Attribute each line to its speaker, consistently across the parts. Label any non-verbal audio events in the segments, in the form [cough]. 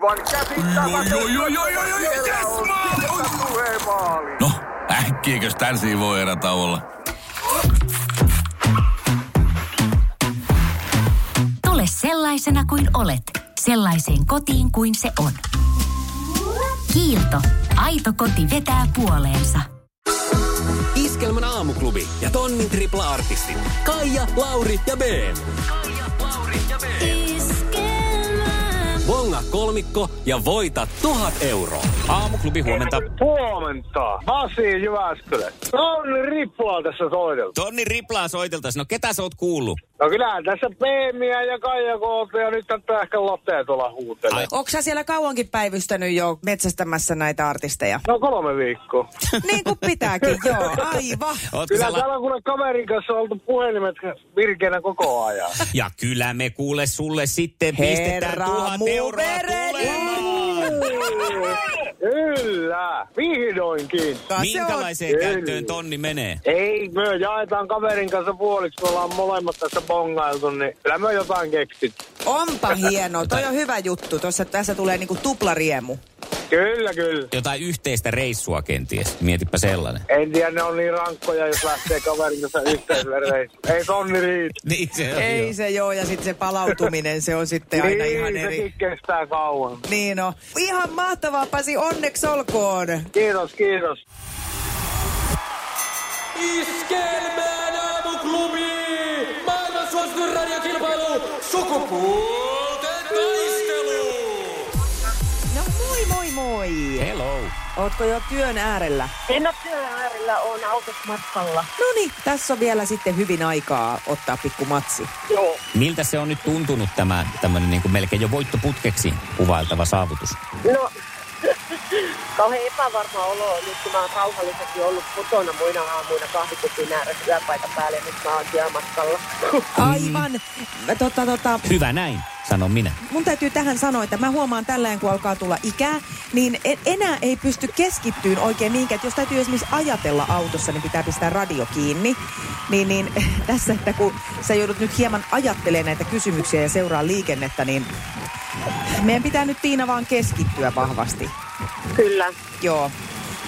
Speaker 1: aivan käsittämätöntä.
Speaker 2: Oi, oi, oi, oi, oi, oi,
Speaker 1: Siellä
Speaker 2: yes,
Speaker 1: on
Speaker 2: maali!
Speaker 1: Silta
Speaker 2: Oi.
Speaker 1: tulee maaliin.
Speaker 2: No, äkkiäkös tän voi erä olla?
Speaker 3: Tule sellaisena kuin olet, sellaiseen kotiin kuin se on. Kiilto. Aito koti vetää puoleensa.
Speaker 4: Iskelmän aamuklubi ja tonnin tripla artistit. Kaija, Lauri ja B. Kaija, Lauri ja B. Bonga kolmikko ja voita tuhat euroa.
Speaker 5: Aamuklubi huomenta.
Speaker 1: Huomenta. Pasi Jyväskylä. Tonni Rippulaa tässä soiteltu.
Speaker 5: Tonni Riplaa soiteltaisiin. No ketä sä oot kuullut?
Speaker 1: No kyllähän tässä Peemiä ja Kaija Koota ja nyt tätä ehkä Lattea tuolla huutelee.
Speaker 5: Ai.
Speaker 6: Onko sä siellä kauankin päivystänyt jo metsästämässä
Speaker 5: [laughs]
Speaker 6: näitä artisteja?
Speaker 1: No kolme viikkoa.
Speaker 6: niin kuin pitääkin, joo. Aivan.
Speaker 5: Ootko
Speaker 1: Kyllä
Speaker 5: sä la-
Speaker 1: täällä on kuule kaverin kanssa oltu puhelimet virkeänä koko ajan.
Speaker 5: Ja kyllä me kuule sulle sitten pistetään
Speaker 6: Herra
Speaker 5: tuhat
Speaker 6: mun
Speaker 5: euroa
Speaker 6: vereni!
Speaker 5: tulemaan.
Speaker 1: Kyllä, vihdoinkin.
Speaker 5: Minkälaiseen
Speaker 1: on-
Speaker 5: käyttöön tonni menee?
Speaker 1: Ei, me jaetaan kaverin kanssa puoliksi, me ollaan molemmat tässä bongailtu, niin kyllä me jotain keksit.
Speaker 6: Se on, onpa hieno. Toi on hyvä juttu. Tuossa, tässä tulee niinku tuplariemu.
Speaker 1: Kyllä, kyllä.
Speaker 5: Jotain yhteistä reissua kenties. Mietipä sellainen.
Speaker 1: En tiedä, ne on niin rankkoja, jos lähtee kaverin kanssa yhteiselle reissulle. Ei tonni riitä.
Speaker 5: Niin se on, joo.
Speaker 6: Ei se joo, ja sitten se palautuminen, se on sitten aina ihan
Speaker 1: Niin,
Speaker 6: eri.
Speaker 1: sekin kestää kauan.
Speaker 6: Niin on. Ihan mahtavaa, Pasi. Onneksi olkoon.
Speaker 1: Kiitos, kiitos.
Speaker 7: Iskelmään aamuklubi! Maailman suosituin radiokilpailu! Sukupuolten taistelu!
Speaker 6: No moi moi moi.
Speaker 5: Hello.
Speaker 6: Ootko jo työn äärellä?
Speaker 8: En ole työn äärellä, on autossa matkalla.
Speaker 6: No niin, tässä on vielä sitten hyvin aikaa ottaa pikku matsi.
Speaker 8: Joo.
Speaker 5: Miltä se on nyt tuntunut tämä tämmöinen niin kuin melkein jo voittoputkeksi kuvailtava saavutus?
Speaker 8: No, kauhean epävarma olo on nyt, kun mä oon rauhallisesti ollut kotona muina aamuina kahvikupin ääressä työpaikan päälle, ja nyt mä oon työmatkalla.
Speaker 6: Aivan. Mä Tota, tota,
Speaker 5: Hyvä näin, sanon minä.
Speaker 6: mun täytyy tähän sanoa, että mä huomaan tällään, kun alkaa tulla ikää, niin en, enää ei pysty keskittyyn oikein mihinkään. Että jos täytyy esimerkiksi ajatella autossa, niin pitää pistää radio kiinni. Niin, niin [laughs] tässä, että kun sä joudut nyt hieman ajattelemaan näitä kysymyksiä ja seuraa liikennettä, niin meidän pitää nyt Tiina vaan keskittyä vahvasti.
Speaker 8: Kyllä.
Speaker 6: Joo.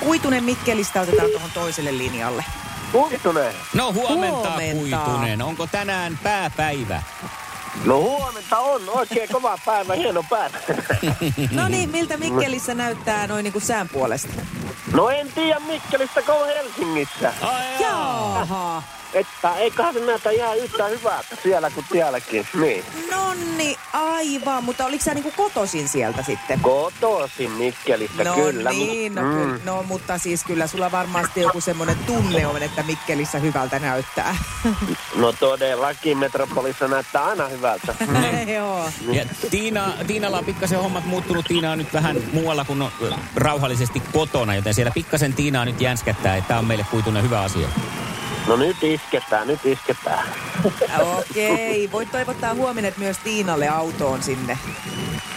Speaker 6: Kuitunen Mikkelistä otetaan tuohon toiselle linjalle.
Speaker 1: Huittunen.
Speaker 5: No huomenta,
Speaker 6: Huomenta.
Speaker 5: huomenta. Kuitunen. Onko tänään pääpäivä?
Speaker 1: No huomenta on, oikein kova päivä, hieno päivä.
Speaker 6: No niin, miltä Mikkelissä näyttää noin niin kuin sään puolesta?
Speaker 1: No en tiedä Mikkelistä, kun on Helsingissä.
Speaker 5: Ai,
Speaker 6: Jaaha.
Speaker 1: Että eiköhän se näytä ihan yhtä hyvältä siellä kuin tielläkin. Niin.
Speaker 6: Nonni, aivan, mutta oliko sä niinku kotosin sieltä sitten?
Speaker 1: Kotoisin Mikkelistä,
Speaker 6: No
Speaker 1: kyllä.
Speaker 6: niin, no,
Speaker 1: Mm.
Speaker 6: kyllä, no mutta siis kyllä sulla varmasti joku semmoinen tunne on, että Mikkelissä hyvältä näyttää.
Speaker 1: No todellakin, Metropolissa näyttää aina
Speaker 6: [laughs]
Speaker 1: hyvältä. Mm.
Speaker 6: Joo.
Speaker 5: Ja Tiina, Tiinalla on pikkasen hommat muuttunut. Tiina on nyt vähän muualla kuin on ö, rauhallisesti kotona, joten siellä pikkasen Tiinaa nyt jänskättää, että tämä on meille kuitunen hyvä asia.
Speaker 1: No nyt isketään, nyt isketään.
Speaker 6: Okei, voit toivottaa huomenet myös Tiinalle autoon sinne.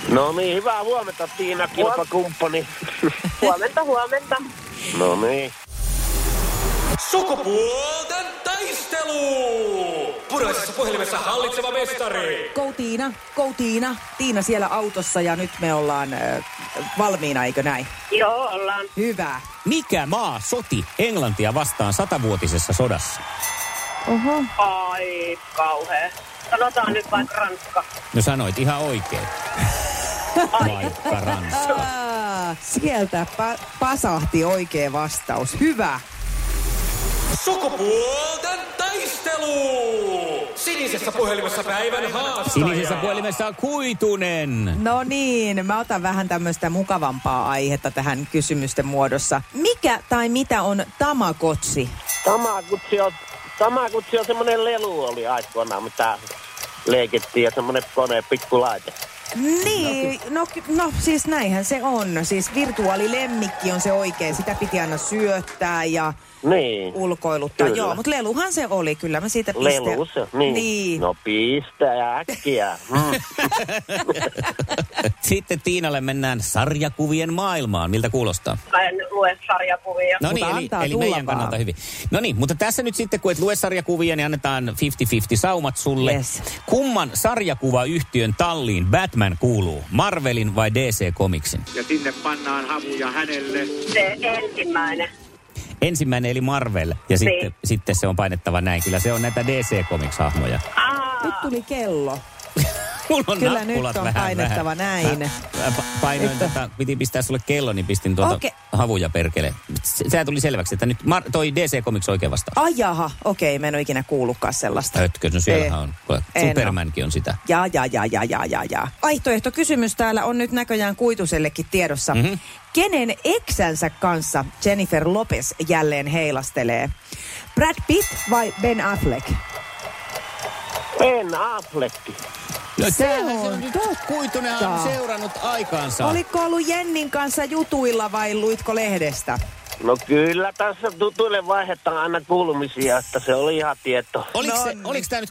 Speaker 1: No niin, hyvää huomenta Tiina,
Speaker 6: [laughs]
Speaker 1: kilpakumppani.
Speaker 8: Huomenta, huomenta.
Speaker 1: No niin.
Speaker 7: Sukupuolten taistelu! Puraisessa puhelimessa hallitseva mestari!
Speaker 6: Go Tiina, go Tiina. Tiina siellä autossa ja nyt me ollaan äh, valmiina, eikö näin?
Speaker 8: Joo, ollaan.
Speaker 6: Hyvä.
Speaker 5: Mikä maa soti Englantia vastaan satavuotisessa sodassa?
Speaker 6: Oho.
Speaker 8: Ai, kauhea. Sanotaan nyt vaikka Ranska.
Speaker 5: No sanoit ihan oikein. Vaikka Ranska.
Speaker 6: Aa, sieltä pa- pasahti oikea vastaus. Hyvä.
Speaker 7: Sukupuolten taistelu! Sinisessä puhelimessa päivän haastaja.
Speaker 5: Sinisessä puhelimessa on Kuitunen.
Speaker 6: No niin, mä otan vähän tämmöistä mukavampaa aihetta tähän kysymysten muodossa. Mikä tai mitä on tamakotsi?
Speaker 1: Tamakutsi on, tamakutsi on semmoinen lelu oli aikoinaan, mitä leikittiin ja semmoinen kone, pikkulaite.
Speaker 6: Niin, no, ky- no siis näinhän se on. Siis virtuaalilemmikki on se oikein. Sitä piti aina syöttää ja
Speaker 1: Niin.
Speaker 6: ulkoiluttaa.
Speaker 1: Kyllä.
Speaker 6: Joo, mutta leluhan se oli. Kyllä mä siitä pisteen.
Speaker 1: Lelu se, niin.
Speaker 6: niin.
Speaker 1: No pistä äkkiä. Mm.
Speaker 5: Sitten Tiinalle mennään sarjakuvien maailmaan. Miltä kuulostaa?
Speaker 8: Mä en lue sarjakuvia.
Speaker 5: No niin,
Speaker 6: Mutta
Speaker 5: eli,
Speaker 6: antaa
Speaker 5: eli
Speaker 6: tulla
Speaker 5: meidän kannalta
Speaker 6: vaan.
Speaker 5: hyvin. No niin, mutta tässä nyt sitten, kun et lue sarjakuvia, niin annetaan 50-50 saumat sulle.
Speaker 6: Yes.
Speaker 5: Kumman sarjakuvayhtiön talliin Batman Batman kuuluu? Marvelin vai DC Comicsin?
Speaker 9: Ja sinne pannaan havuja hänelle.
Speaker 8: Se ensimmäinen.
Speaker 5: Ensimmäinen eli Marvel ja sitten, sitten se on painettava näin. Kyllä se on näitä DC Comics-hahmoja.
Speaker 6: Nyt tuli kello.
Speaker 5: Mulla on
Speaker 6: Kyllä nyt
Speaker 5: nappulat
Speaker 6: on
Speaker 5: vähän,
Speaker 6: painettava
Speaker 5: vähän.
Speaker 6: näin.
Speaker 5: Mä, mä pa- painoin
Speaker 6: Nyt on.
Speaker 5: tätä, piti pistää sulle kello, niin pistin tuota
Speaker 6: Okei.
Speaker 5: havuja perkele. Se, sehän tuli selväksi, että nyt Mar- toi DC Comics oikein vastaa.
Speaker 6: Ai jaha, okei, mä en ole ikinä kuullutkaan sellaista.
Speaker 5: Hötkö, no siellähän
Speaker 6: Ei.
Speaker 5: on. Kuule,
Speaker 6: En oo.
Speaker 5: Supermankin on sitä.
Speaker 6: Jaa, jaa, jaa, jaa, jaa, jaa, jaa. Vaihtoehtokysymys täällä on nyt näköjään Kuitusellekin tiedossa.
Speaker 5: Mhm.
Speaker 6: Mm-hmm. Kenen eksänsä kanssa Jennifer Lopez jälleen heilastelee? Brad Pitt vai Ben Affleck?
Speaker 1: Ben Affleck.
Speaker 5: No,
Speaker 6: Se
Speaker 5: tämähän
Speaker 6: on
Speaker 5: nyt
Speaker 6: totta.
Speaker 5: Kuitunen on seurannut aikaansa.
Speaker 6: Oliko ollut Jennin kanssa jutuilla vai luitko lehdestä?
Speaker 1: No kyllä tässä tutuille vaihdetaan aina kuulumisia, että se oli ihan tieto.
Speaker 5: Oliko,
Speaker 6: No
Speaker 5: se,
Speaker 6: niin.
Speaker 5: oliko tämä nyt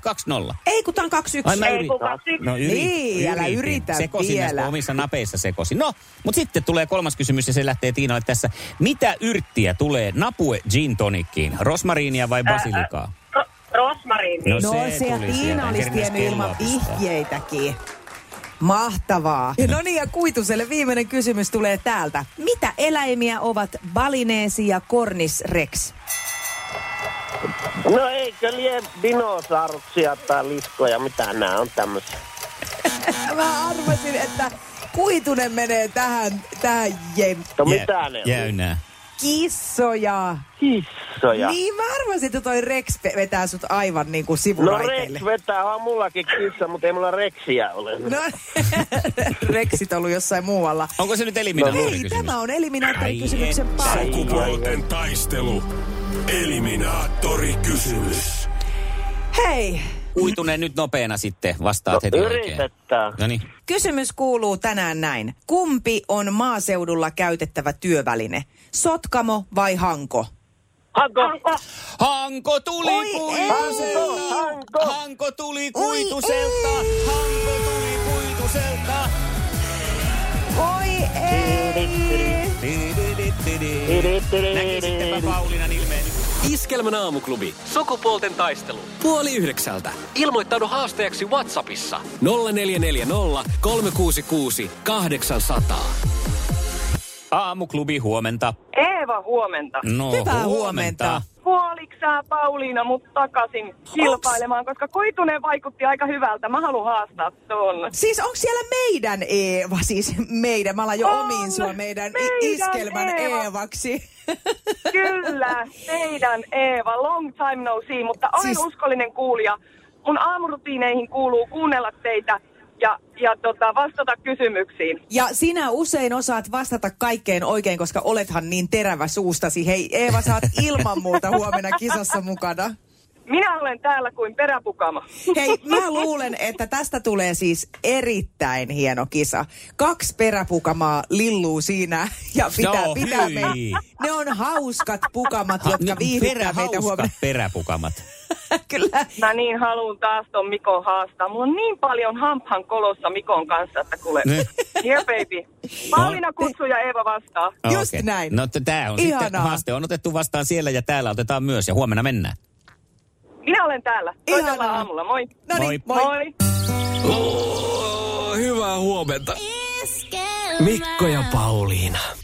Speaker 5: 2-0?
Speaker 6: Ei kun tää on 2-1.
Speaker 5: Ai mä
Speaker 8: Ei,
Speaker 5: yritin.
Speaker 8: kun kaksi yksi.
Speaker 5: No yritin.
Speaker 6: Niin, älä yritä
Speaker 5: sekosin
Speaker 6: vielä.
Speaker 5: näistä omissa napeissa sekosin. No, mutta sitten tulee kolmas kysymys ja se lähtee Tiinalle tässä. Mitä yrttiä tulee napue gin tonikkiin? Rosmariinia vai basilikaa?
Speaker 8: Ro- Rosmarin.
Speaker 5: No,
Speaker 6: No
Speaker 5: se
Speaker 6: se
Speaker 5: tuli sieltä,
Speaker 6: Tiina
Speaker 5: en
Speaker 6: olisi
Speaker 5: kerinnyt
Speaker 6: tiennyt ilman
Speaker 5: kelloa pistää.
Speaker 6: vihjeitäkin. Mahtavaa. No niin, ja Kuituselle viimeinen kysymys tulee täältä. Mitä eläimiä ovat balineesi ja kornisrex?
Speaker 1: No eikö lie dinosauruksia tai liskoja, mitä nämä on tämmöisiä.
Speaker 6: Mä arvasin, että Kuitunen menee tähän, tähän jem.
Speaker 1: No mitä ne on?
Speaker 5: Jäynää.
Speaker 6: Kissoja.
Speaker 1: Kissoja.
Speaker 6: Niin mä arvasin, että toi Rex pe- vetää sut aivan niinku
Speaker 1: No
Speaker 6: sivuraiteille.
Speaker 1: Rex vetää, on mullakin kissa, mutta ei mulla Rexiä ole.
Speaker 6: No, [laughs] Rexit ollut jossain muualla.
Speaker 5: Onko se nyt eliminaattori
Speaker 6: No Ei, tämä on eliminaattorikysymyksen
Speaker 5: Ai
Speaker 6: paikka.
Speaker 2: Sukupuolten taistelu. Eliminaattori kysymys.
Speaker 6: Hei,
Speaker 5: Kuitunen nyt nopeena sitten vastaat
Speaker 1: No,
Speaker 5: heti oikein.
Speaker 1: yritetään.
Speaker 5: No niin.
Speaker 6: Kysymys kuuluu tänään näin. Kumpi on maaseudulla käytettävä työväline? Sotkamo vai hanko?
Speaker 1: Hanko,
Speaker 5: Hanko tuli
Speaker 6: Oi,
Speaker 5: kuituselta!
Speaker 1: ei. Hanko, Hanko.
Speaker 5: Hanko tuli
Speaker 6: Oi,
Speaker 5: kuituselta!
Speaker 6: ei.
Speaker 5: Hanko tuli kuituselta!
Speaker 6: Oi ei!
Speaker 1: tiri, tiri,
Speaker 5: Näkisittepä
Speaker 1: tiri.
Speaker 5: Pauliinan ilmeen.
Speaker 4: Iskelmän aamuklubi.
Speaker 7: Sukupuolten taistelu.
Speaker 4: Puoli yhdeksältä.
Speaker 7: Ilmoittaudu haastajaksi Whatsappissa.
Speaker 4: 0440 366 800.
Speaker 5: Aamuklubi, huomenta.
Speaker 10: Eeva, huomenta.
Speaker 5: No,
Speaker 6: Hyvää huomenta.
Speaker 10: Puoliksää Pauliina mut takaisin kilpailemaan, koska Koitunen vaikutti aika hyvältä. Mä haluan haastaa ton.
Speaker 6: Siis onko siellä meidän Eeva, [laughs] siis meidän, mä alan jo
Speaker 10: On
Speaker 6: omiin sua meidän, i-
Speaker 10: meidän
Speaker 6: iskelmän
Speaker 10: Eeva.
Speaker 6: Eevaksi. [laughs]
Speaker 10: Kyllä, meidän Eeva, long time no see, mutta olen
Speaker 6: Siis-
Speaker 10: siis... uskollinen kuulija. Mun aamurutiineihin kuuluu kuunnella teitä ja, ja tota, vastata kysymyksiin.
Speaker 6: Ja sinä usein osaat vastata kaikkeen oikein, koska olethan niin terävä suustasi. Hei Eeva,
Speaker 10: [laughs]
Speaker 6: sä oot ilman muuta huomenna kisassa mukana.
Speaker 10: Minä olen täällä kuin peräpukama.
Speaker 6: Hei, mä luulen, että tästä tulee siis erittäin hieno kisa. Kaksi peräpukamaa lilluu siinä [laughs] ja pitää,
Speaker 5: No,
Speaker 6: pitää
Speaker 5: hyi.
Speaker 6: meitä. Ne on hauskat pukamat, jotka viihdyttää meitä huomenna. [laughs]
Speaker 5: peräpukamat.
Speaker 6: Kyllä.
Speaker 10: Mä niin haluan taas ton Mikon haastaa. Mulla on niin paljon hamphan kolossa Mikon kanssa, että kuule.
Speaker 5: Ne.
Speaker 10: Here baby.
Speaker 6: No,
Speaker 10: Pauliina kutsuu ja Eeva vastaa.
Speaker 6: Just näin.
Speaker 5: No tämä on Ihanaa. sitten
Speaker 6: Ihanaa.
Speaker 5: haaste. On otettu vastaan siellä ja täällä otetaan myös ja huomenna mennään.
Speaker 10: Minä olen täällä. Soitellaan
Speaker 6: Ihanaa.
Speaker 10: aamulla. Moi.
Speaker 6: No niin, moi.
Speaker 10: Moi.
Speaker 7: Oh,
Speaker 4: Hyvää huomenta. Mikko ja Pauliina.